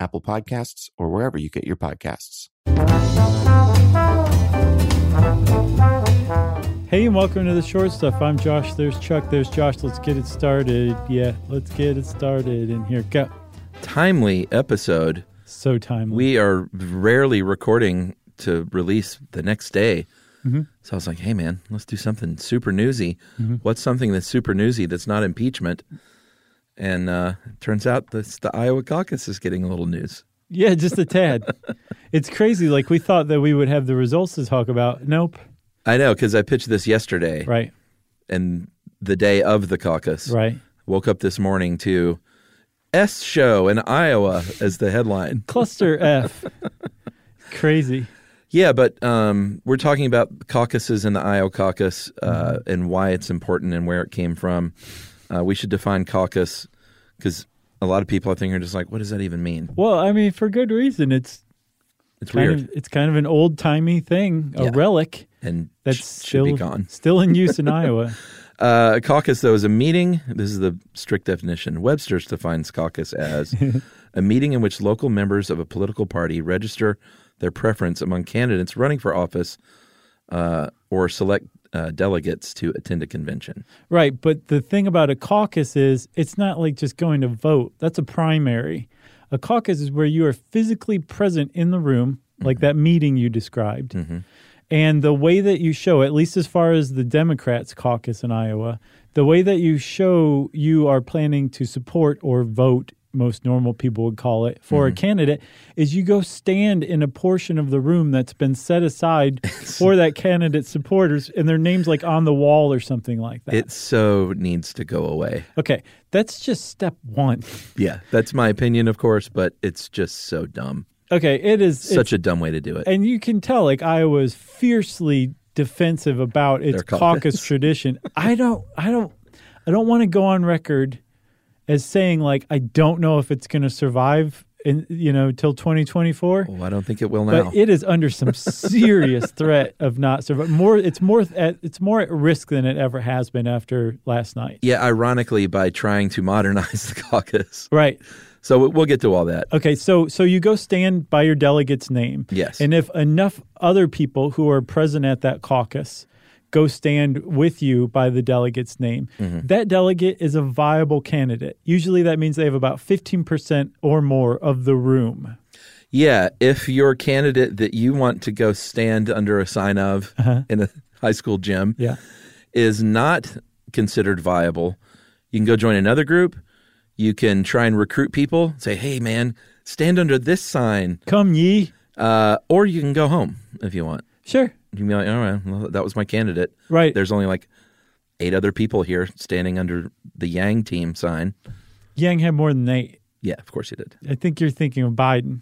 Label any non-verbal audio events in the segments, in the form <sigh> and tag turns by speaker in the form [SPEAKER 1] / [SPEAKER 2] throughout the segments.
[SPEAKER 1] Apple Podcasts, or wherever you get your podcasts.
[SPEAKER 2] Hey, and welcome to the short stuff. I'm Josh. There's Chuck. There's Josh. Let's get it started. Yeah, let's get it started. And here go.
[SPEAKER 3] timely episode.
[SPEAKER 2] So timely.
[SPEAKER 3] We are rarely recording to release the next day.
[SPEAKER 2] Mm-hmm.
[SPEAKER 3] So I was like, hey, man, let's do something super newsy. What's something that's super newsy that's not impeachment? And uh, it turns out this, the Iowa caucus is getting a little news.
[SPEAKER 2] yeah, just a tad.
[SPEAKER 3] <laughs>
[SPEAKER 2] it's crazy. Like we thought that we would have the results to talk about. Nope.
[SPEAKER 3] I know because I pitched this yesterday
[SPEAKER 2] Right.
[SPEAKER 3] and the day of the caucus.
[SPEAKER 2] Right.
[SPEAKER 3] Woke up this morning to S show in Iowa as the headline. <laughs>
[SPEAKER 2] Cluster F. Crazy.
[SPEAKER 3] Yeah, but um, we're talking about caucuses and the IO caucus uh,
[SPEAKER 2] Mm-hmm.
[SPEAKER 3] and why it's important and where it came from. Uh, we should define caucus because a lot of people, I think, are just like, what does that even mean?
[SPEAKER 2] Well, I mean, for good reason. It's
[SPEAKER 3] It's
[SPEAKER 2] kind
[SPEAKER 3] weird
[SPEAKER 2] of it's kind of an old timey thing, a
[SPEAKER 3] Yeah.
[SPEAKER 2] relic
[SPEAKER 3] and
[SPEAKER 2] that's
[SPEAKER 3] sh-
[SPEAKER 2] still
[SPEAKER 3] should be gone.
[SPEAKER 2] still in use in
[SPEAKER 3] <laughs>
[SPEAKER 2] Iowa.
[SPEAKER 3] Uh, a caucus, though, is a meeting. This is the strict definition. Webster's defines
[SPEAKER 2] <laughs>
[SPEAKER 3] caucus as a meeting in which local members of a political party register their preference among candidates running for office uh, or select uh, delegates to attend a convention.
[SPEAKER 2] Right, but the thing about a caucus is it's not like just going to vote. That's a primary. A caucus is where you are physically present in the room, like that meeting you described. And the way that you show, at least as far as the Democrats caucus in Iowa, the way that you show you are planning to support or vote, most normal people would call it, for a candidate, is you go stand in a portion of the room that's been set aside for that candidate's supporters, and their name's like on the wall or something like that.
[SPEAKER 3] It so needs to go away.
[SPEAKER 2] Okay, that's just step one.
[SPEAKER 3] Yeah, that's my opinion, of course, but it's just so dumb.
[SPEAKER 2] Okay, it is it's-
[SPEAKER 3] Such a dumb way to do it.
[SPEAKER 2] and you can tell like Iowa is fiercely defensive about its
[SPEAKER 3] Their
[SPEAKER 2] caucus.
[SPEAKER 3] caucus.
[SPEAKER 2] tradition. I don't, I don't, I don't want to go on record as saying like I don't know if it's going to survive in you know till 2024.
[SPEAKER 3] Oh, I don't think it will now.
[SPEAKER 2] But it is under some
[SPEAKER 3] <laughs>
[SPEAKER 2] serious threat of not surviving. More, it's more at it's more at risk than it ever has been after last night.
[SPEAKER 3] yeah, ironically, by trying to <laughs> modernize the caucus.
[SPEAKER 2] Right.
[SPEAKER 3] So we- we'll get to all that.
[SPEAKER 2] Okay, so so you go stand by your delegate's name.
[SPEAKER 3] Yes.
[SPEAKER 2] And if enough other people who are present at that caucus go stand with you by the delegate's name,
[SPEAKER 3] Mm-hmm.
[SPEAKER 2] that delegate is a viable candidate. Usually that means they have about 15% or more of the room.
[SPEAKER 3] Yeah, if your candidate that you want to go stand under a sign of in a high school gym
[SPEAKER 2] Uh-huh. Yeah.
[SPEAKER 3] is not considered viable, you can go join another group. You can try and recruit people. Say, hey, man, stand under this sign.
[SPEAKER 2] Come ye.
[SPEAKER 3] Uh, or you can go home if you want.
[SPEAKER 2] Sure.
[SPEAKER 3] You can be like, all right, well, that was my candidate.
[SPEAKER 2] Right.
[SPEAKER 3] There's only like eight other people here standing under the Yang team sign.
[SPEAKER 2] Yang had more than eight.
[SPEAKER 3] Yeah, of course he did.
[SPEAKER 2] I think you're thinking of Biden.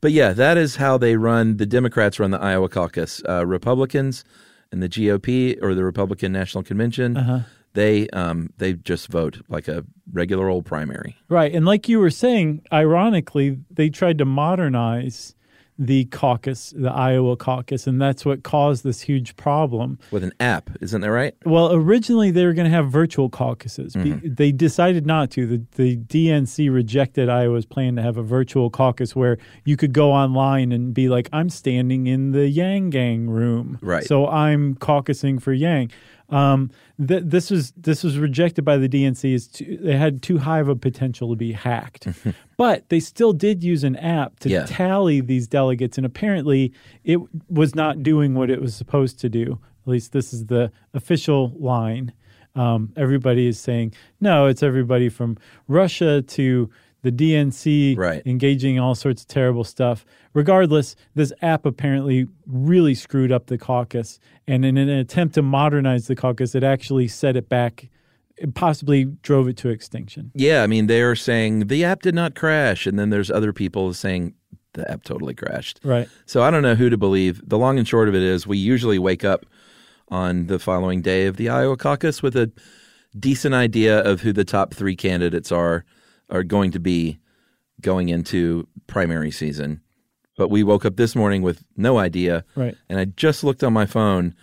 [SPEAKER 3] But yeah, that is how they run. The Democrats run the Iowa caucus. Uh, Republicans and the GOP or the Republican National Convention, they um, they just vote like a regular old primary.
[SPEAKER 2] Right. And like you were saying, ironically, they tried to modernize the caucus, the Iowa caucus, and that's what caused this huge problem.
[SPEAKER 3] With an app, isn't that right?
[SPEAKER 2] Well, originally they were going to have virtual caucuses. Be- They decided not to. The, the DNC rejected Iowa's plan to have a virtual caucus where you could go online and be like, I'm standing in the Yang Gang room.
[SPEAKER 3] Right.
[SPEAKER 2] So I'm caucusing for Yang. Um, th- this was this was rejected by the DNC. Is too, they had too high of a potential to be hacked, but they still did use an app to
[SPEAKER 3] Yeah.
[SPEAKER 2] tally these delegates, and apparently it was not doing what it was supposed to do. At least this is the official line. Um, everybody is saying no. It's everybody from Russia to the DNC
[SPEAKER 3] Right.
[SPEAKER 2] engaging in all sorts of terrible stuff. Regardless, this app apparently really screwed up the caucus, and in an attempt to modernize the caucus, it actually set it back, it possibly drove it to extinction.
[SPEAKER 3] Yeah, I mean, they are saying the app did not crash, and then there's other people saying the app totally crashed.
[SPEAKER 2] Right.
[SPEAKER 3] So I don't know who to believe. The long and short of it is we usually wake up on the following day of the Iowa caucus with a decent idea of who the top three candidates are are going to be going into primary season. But we woke up this morning with no idea.
[SPEAKER 2] Right.
[SPEAKER 3] And I just looked on my phone.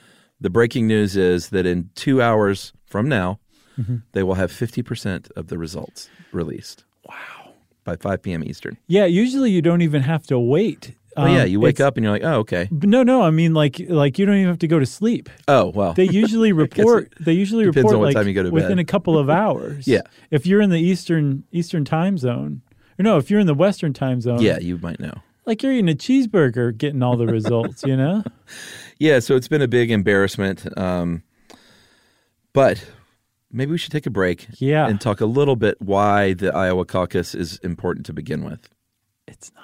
[SPEAKER 3] The breaking news is that in two hours from now,
[SPEAKER 2] Mm-hmm.
[SPEAKER 3] they will have 50% of the results released. Wow. By 5 p.m. Eastern.
[SPEAKER 2] Yeah. Usually you don't even have to wait.
[SPEAKER 3] Oh, yeah.
[SPEAKER 2] Um,
[SPEAKER 3] You wake
[SPEAKER 2] it's-
[SPEAKER 3] up and you're like, oh, okay.
[SPEAKER 2] but No, no. I mean, like, like you don't even have to go to sleep.
[SPEAKER 3] Oh, well. <laughs>
[SPEAKER 2] They usually report. They usually
[SPEAKER 3] depends
[SPEAKER 2] report
[SPEAKER 3] on what
[SPEAKER 2] like
[SPEAKER 3] time you go to bed.
[SPEAKER 2] within a couple
[SPEAKER 3] <laughs>
[SPEAKER 2] of hours.
[SPEAKER 3] Yeah.
[SPEAKER 2] If you're in the eastern Eastern time zone, or no, if you're in the Western time zone,
[SPEAKER 3] yeah, you might know.
[SPEAKER 2] like you're eating a cheeseburger, getting all the results. You know.
[SPEAKER 3] Yeah, so it's been a big embarrassment. Um, but maybe we should take a break
[SPEAKER 2] Yeah.
[SPEAKER 3] and talk a little bit why the Iowa caucus is important to begin with.
[SPEAKER 2] It's not.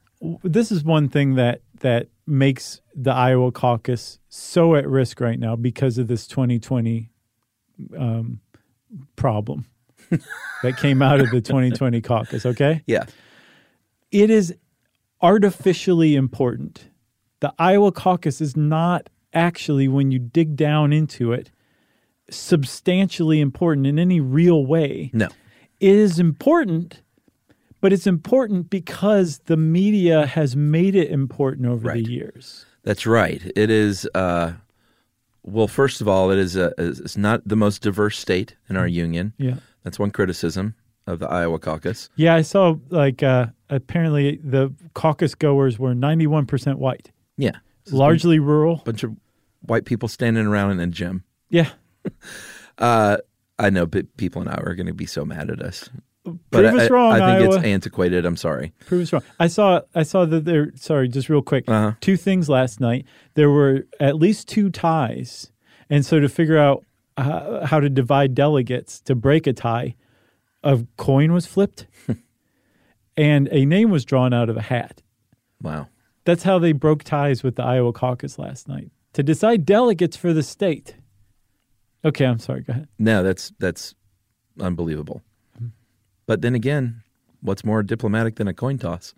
[SPEAKER 2] W- This is one thing that that makes the Iowa caucus so at risk right now because of this 2020 um, problem <laughs> that came out of the 2020 caucus. Okay,
[SPEAKER 3] Yeah.
[SPEAKER 2] it is artificially important. The Iowa caucus is not actually, when you dig down into it, substantially important in any real way
[SPEAKER 3] No.
[SPEAKER 2] it is important, but it's important because the media has made it important over
[SPEAKER 3] Right.
[SPEAKER 2] the years.
[SPEAKER 3] That's right. It is. Uh, well, first of all, it is a, is- it's not the most diverse state in our union.
[SPEAKER 2] Yeah.
[SPEAKER 3] That's one criticism of the Iowa caucus.
[SPEAKER 2] Yeah, I saw like uh, apparently the caucus goers were 91% white,
[SPEAKER 3] Yeah, It's a
[SPEAKER 2] largely rural.
[SPEAKER 3] bunch of white people standing around in a gym.
[SPEAKER 2] Yeah.
[SPEAKER 3] Uh, I know, but people in Iowa are going to be so mad at us. But
[SPEAKER 2] Prove
[SPEAKER 3] I,
[SPEAKER 2] us wrong,
[SPEAKER 3] I think
[SPEAKER 2] Iowa.
[SPEAKER 3] it's antiquated. I'm sorry.
[SPEAKER 2] Prove us wrong. I saw I saw that there sorry, just real quick.
[SPEAKER 3] Uh-huh.
[SPEAKER 2] Two things last night. There were at least two ties. And so to figure out how, how to divide delegates to break a tie, a coin was <laughs> flipped and a name was drawn out of a hat.
[SPEAKER 3] Wow.
[SPEAKER 2] That's how they broke ties with the Iowa caucus last night to decide delegates for the state. Okay, I'm sorry. Go ahead.
[SPEAKER 3] No, that's that's unbelievable.
[SPEAKER 2] Mm-hmm.
[SPEAKER 3] But then again, what's more diplomatic than a
[SPEAKER 2] <laughs>
[SPEAKER 3] coin toss?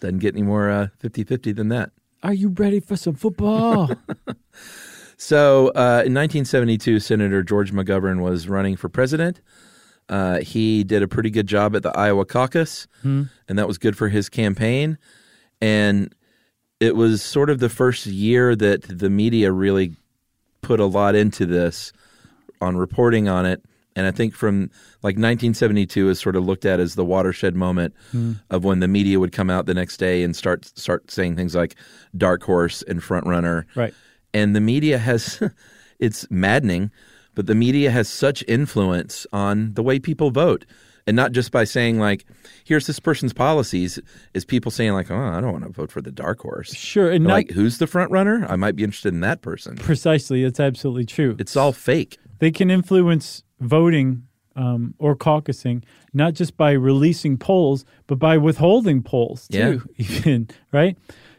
[SPEAKER 3] Doesn't get any more uh, 50-50 than that.
[SPEAKER 2] Are you ready for some football?
[SPEAKER 3] So uh, in 1972, Senator George McGovern was running for president. Uh, he did a pretty good job at the Iowa caucus, and that was good for his campaign. And it was sort of the first year that the media really put a lot into this on reporting on it. And I think from like 1972 is sort of looked at as the watershed moment of when the media would come out the next day and start start saying things like dark horse and front runner.
[SPEAKER 2] <laughs> Right.
[SPEAKER 3] And the media has <laughs> it's maddening, but the media has such influence on the way people vote. And not just by saying like, here's this person's policies, is people saying like, oh, I don't want to vote for the dark horse.
[SPEAKER 2] Sure. And
[SPEAKER 3] But,
[SPEAKER 2] not
[SPEAKER 3] like, who's the front runner? I might be interested in that person.
[SPEAKER 2] precisely. It's absolutely true.
[SPEAKER 3] It's all fake.
[SPEAKER 2] they can influence voting um, or caucusing not just by releasing polls but by withholding polls too <laughs> even right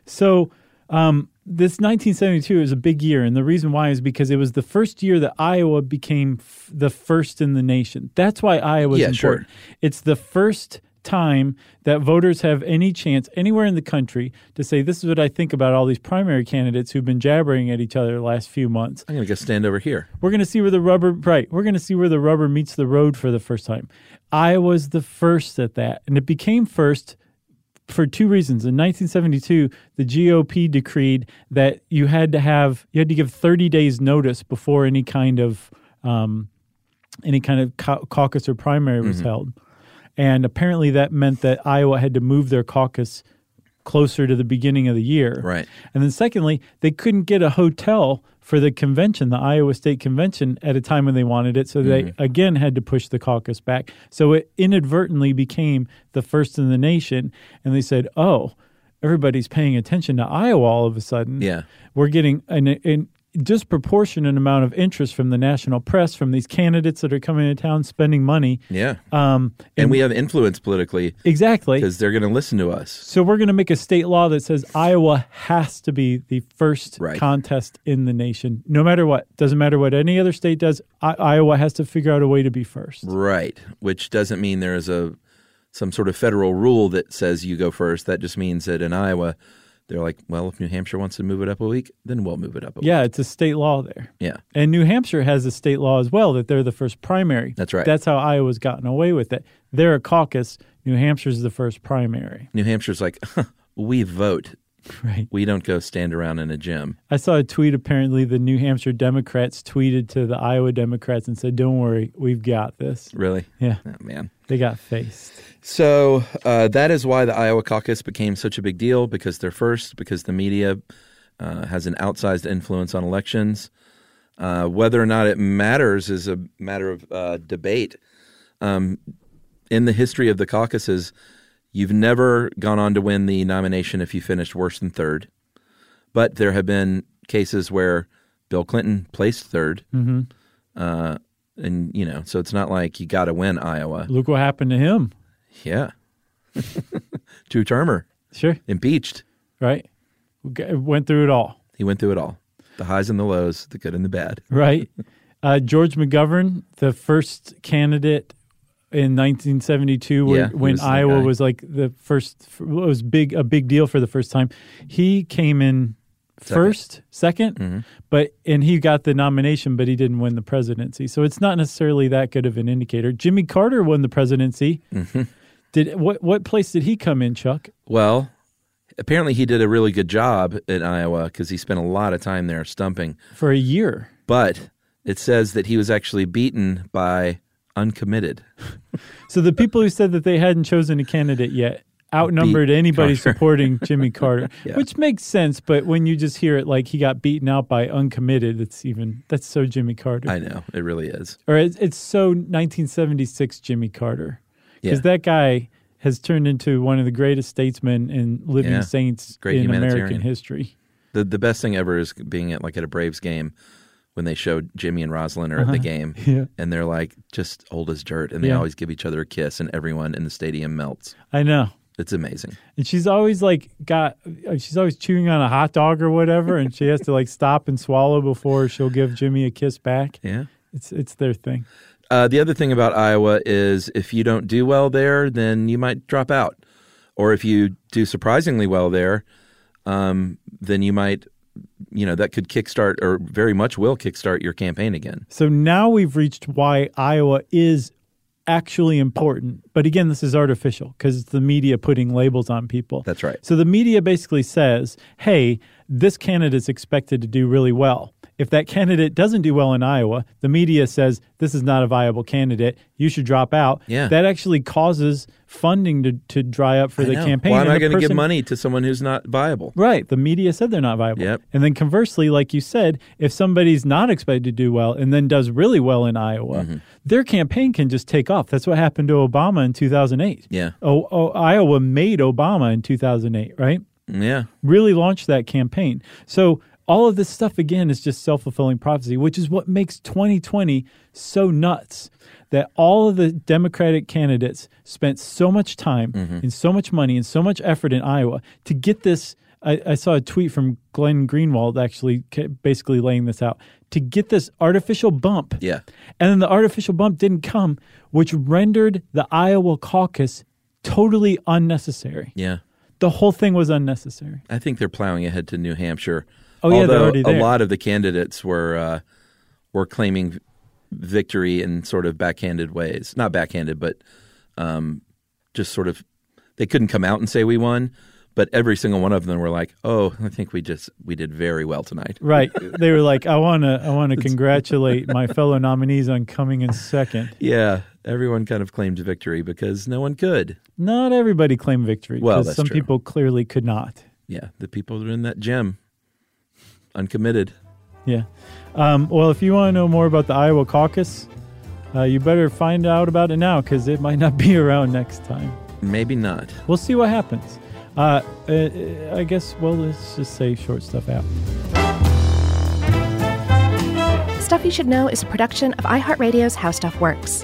[SPEAKER 2] so um, this 1972 is a big year and the reason why is because it was the first year that iowa became f- the first in the nation that's why iowa
[SPEAKER 3] Yeah,
[SPEAKER 2] is
[SPEAKER 3] sure.
[SPEAKER 2] important it's the first time that voters have any chance anywhere in the country to say this is what i think about all these primary candidates who've been jabbering at each other the last few months
[SPEAKER 3] I'm gonna go stand over here.
[SPEAKER 2] we're going to see where the rubber right we're going to see where the rubber meets the road for the first time iowa's the first at that and it became first for two reasons in 1972 the gop decreed that you had to have you had to give 30 days notice before any kind of um, any kind of cau- caucus or primary was held and apparently that meant that iowa had to move their caucus closer to the beginning of the year
[SPEAKER 3] Right.
[SPEAKER 2] and then secondly, they couldn't get a hotel for the convention, the Iowa State Convention, at a time when they wanted it. So they again had to push the caucus back. So it inadvertently became the first in the nation. And they said, oh, everybody's paying attention to Iowa all of a sudden.
[SPEAKER 3] Yeah.
[SPEAKER 2] We're getting an, an disproportionate amount of interest from the national press, from these candidates that are coming to town spending money.
[SPEAKER 3] Yeah.
[SPEAKER 2] Um,
[SPEAKER 3] and we have influence politically
[SPEAKER 2] exactly.
[SPEAKER 3] because they're going to listen to us.
[SPEAKER 2] So we're going to make a state law that says Iowa has to be the first
[SPEAKER 3] Right.
[SPEAKER 2] contest in the nation, no matter what. Doesn't matter what any other state does. I- Iowa has to figure out a way to be first.
[SPEAKER 3] Right. Which doesn't mean there is a some sort of federal rule that says you go first. That just means that in Iowa, they're like, well, if New Hampshire wants to move it up a week, then we'll move it up a week.
[SPEAKER 2] Yeah, it's a state law there.
[SPEAKER 3] Yeah.
[SPEAKER 2] And New Hampshire has a state law as well that they're the first primary.
[SPEAKER 3] That's right.
[SPEAKER 2] That's how Iowa's gotten away with it. They're a caucus. New Hampshire's the first
[SPEAKER 3] <laughs>
[SPEAKER 2] primary.
[SPEAKER 3] New Hampshire's like, we vote.
[SPEAKER 2] Right.
[SPEAKER 3] We don't go stand around in a gym.
[SPEAKER 2] I saw a tweet. Apparently, the New Hampshire Democrats tweeted to the Iowa Democrats and said, Don't worry, we've got this.
[SPEAKER 3] Really?
[SPEAKER 2] Yeah,
[SPEAKER 3] Oh, man.
[SPEAKER 2] they got faced.
[SPEAKER 3] So uh, that is why the Iowa caucus became such a big deal because they're first, because the media uh, has an outsized influence on elections. Uh, whether or not it matters is a matter of uh, debate. Um, in the history of the caucuses, you've never gone on to win the nomination if you finished worse than third. But there have been cases where Bill Clinton placed 3rd Uh, and, you know, so it's not like you got to win Iowa.
[SPEAKER 2] Look what happened to him.
[SPEAKER 3] Yeah. <laughs> Two termer,
[SPEAKER 2] Sure.
[SPEAKER 3] impeached.
[SPEAKER 2] Right. We g- Went through it all. <laughs>
[SPEAKER 3] He went through it all the highs and the lows, the good and the bad.
[SPEAKER 2] Right. Uh, George McGovern, the first candidate in 1972, where,
[SPEAKER 3] Yeah, he
[SPEAKER 2] when
[SPEAKER 3] was the
[SPEAKER 2] Iowa
[SPEAKER 3] guy.
[SPEAKER 2] was like the first, f- was big a big deal for the first time. He came in first, 2nd
[SPEAKER 3] Mm-hmm.
[SPEAKER 2] but and he got the nomination, but he didn't win the presidency. So it's not necessarily that good of an indicator. Jimmy Carter won the presidency.
[SPEAKER 3] Mm-hmm.
[SPEAKER 2] Did what? What place did he come in, Chuck?
[SPEAKER 3] Well, apparently he did a really good job in Iowa because he spent a lot of time there stumping.
[SPEAKER 2] For a year.
[SPEAKER 3] But it says that he was actually beaten by uncommitted.
[SPEAKER 2] So the people who said that they hadn't chosen a candidate yet outnumbered
[SPEAKER 3] Beat
[SPEAKER 2] anybody
[SPEAKER 3] Carter.
[SPEAKER 2] supporting Jimmy Carter,
[SPEAKER 3] <laughs> Yeah.
[SPEAKER 2] which makes sense. But when you just hear it like he got beaten out by uncommitted, it's even that's so Jimmy Carter, <laughs>
[SPEAKER 3] I know, it really is.
[SPEAKER 2] or it's, it's so 1976 Jimmy Carter, because
[SPEAKER 3] Yeah.
[SPEAKER 2] that guy has turned into one of the greatest statesmen and living
[SPEAKER 3] Yeah.
[SPEAKER 2] saints
[SPEAKER 3] Great
[SPEAKER 2] in American
[SPEAKER 3] humanitarian. <laughs>
[SPEAKER 2] history.
[SPEAKER 3] The, the best thing ever is being at like at a Braves game when they showed Jimmy and Roslyn are at the game
[SPEAKER 2] Uh-huh. <laughs> Yeah.
[SPEAKER 3] and they're like just old as dirt and they
[SPEAKER 2] Yeah.
[SPEAKER 3] always give each other a kiss and everyone in the stadium melts.
[SPEAKER 2] I know.
[SPEAKER 3] It's amazing.
[SPEAKER 2] And she's always like got uh, she's always chewing on a hot dog or whatever, and she has to like stop and swallow before she'll give Jimmy a kiss back.
[SPEAKER 3] Yeah.
[SPEAKER 2] It's it's their thing.
[SPEAKER 3] Uh, the other thing about Iowa is if you don't do well there, then you might drop out. Or if you do surprisingly well there, um, then you might, you know, that could kickstart or very much will kickstart your campaign again.
[SPEAKER 2] So now we've reached why Iowa is actually important. But again, this is artificial because it's the media putting labels on people.
[SPEAKER 3] That's right.
[SPEAKER 2] So the media basically says, hey, this candidate's expected to do really well. If that candidate doesn't do well in Iowa, the media says this is not a viable candidate. You should drop out.
[SPEAKER 3] Yeah.
[SPEAKER 2] That actually causes funding to, to dry up for the
[SPEAKER 3] I know.
[SPEAKER 2] campaign.
[SPEAKER 3] Why am
[SPEAKER 2] And
[SPEAKER 3] I
[SPEAKER 2] the
[SPEAKER 3] going to give
[SPEAKER 2] person-
[SPEAKER 3] money to someone who's not viable?
[SPEAKER 2] Right. The media said they're not viable.
[SPEAKER 3] Yep.
[SPEAKER 2] And then conversely, like you said, if somebody's not expected to do well and then does really well in Iowa, their campaign can just take off. That's what happened to Obama in 2008.
[SPEAKER 3] Yeah.
[SPEAKER 2] Oh, oh, Iowa made Obama in 2008, right?
[SPEAKER 3] Yeah.
[SPEAKER 2] Really launched that campaign. So all of this stuff, again, is just self fulfilling prophecy, which is what makes 2020 so nuts that all of the Democratic candidates spent so much time and so much money and so much effort in Iowa to get this. I, I saw a tweet from Glenn Greenwald actually ca- basically laying this out to get this artificial bump.
[SPEAKER 3] Yeah.
[SPEAKER 2] And then the artificial bump didn't come, which rendered the Iowa caucus totally unnecessary.
[SPEAKER 3] Yeah.
[SPEAKER 2] The whole thing was unnecessary.
[SPEAKER 3] I think they're plowing ahead to New Hampshire.
[SPEAKER 2] Oh, yeah, they're
[SPEAKER 3] Although
[SPEAKER 2] already there.
[SPEAKER 3] a lot of the candidates were uh, were claiming victory in sort of backhanded ways. Not backhanded, but um, just sort of they couldn't come out and say we won. But every single one of them were like, "Oh, I think we just we did very well tonight." <laughs>
[SPEAKER 2] Right. they were like, I wanna I wanna congratulate my fellow nominees on coming in second.
[SPEAKER 3] Yeah, everyone kind of claimed victory because no one could.
[SPEAKER 2] Not everybody claimed victory
[SPEAKER 3] Well,
[SPEAKER 2] because
[SPEAKER 3] that's
[SPEAKER 2] some
[SPEAKER 3] true.
[SPEAKER 2] people clearly could not.
[SPEAKER 3] Yeah, the people that are in that gym, uncommitted.
[SPEAKER 2] Yeah. Um, well, if you want to know more about the Iowa caucus, uh, you better find out about it now because it might not be <laughs> around next time.
[SPEAKER 3] Maybe not.
[SPEAKER 2] We'll see what happens. Uh, uh, I guess, well, let's just say short stuff out.
[SPEAKER 4] Stuff You Should Know is a production of iHeartRadio's How Stuff Works.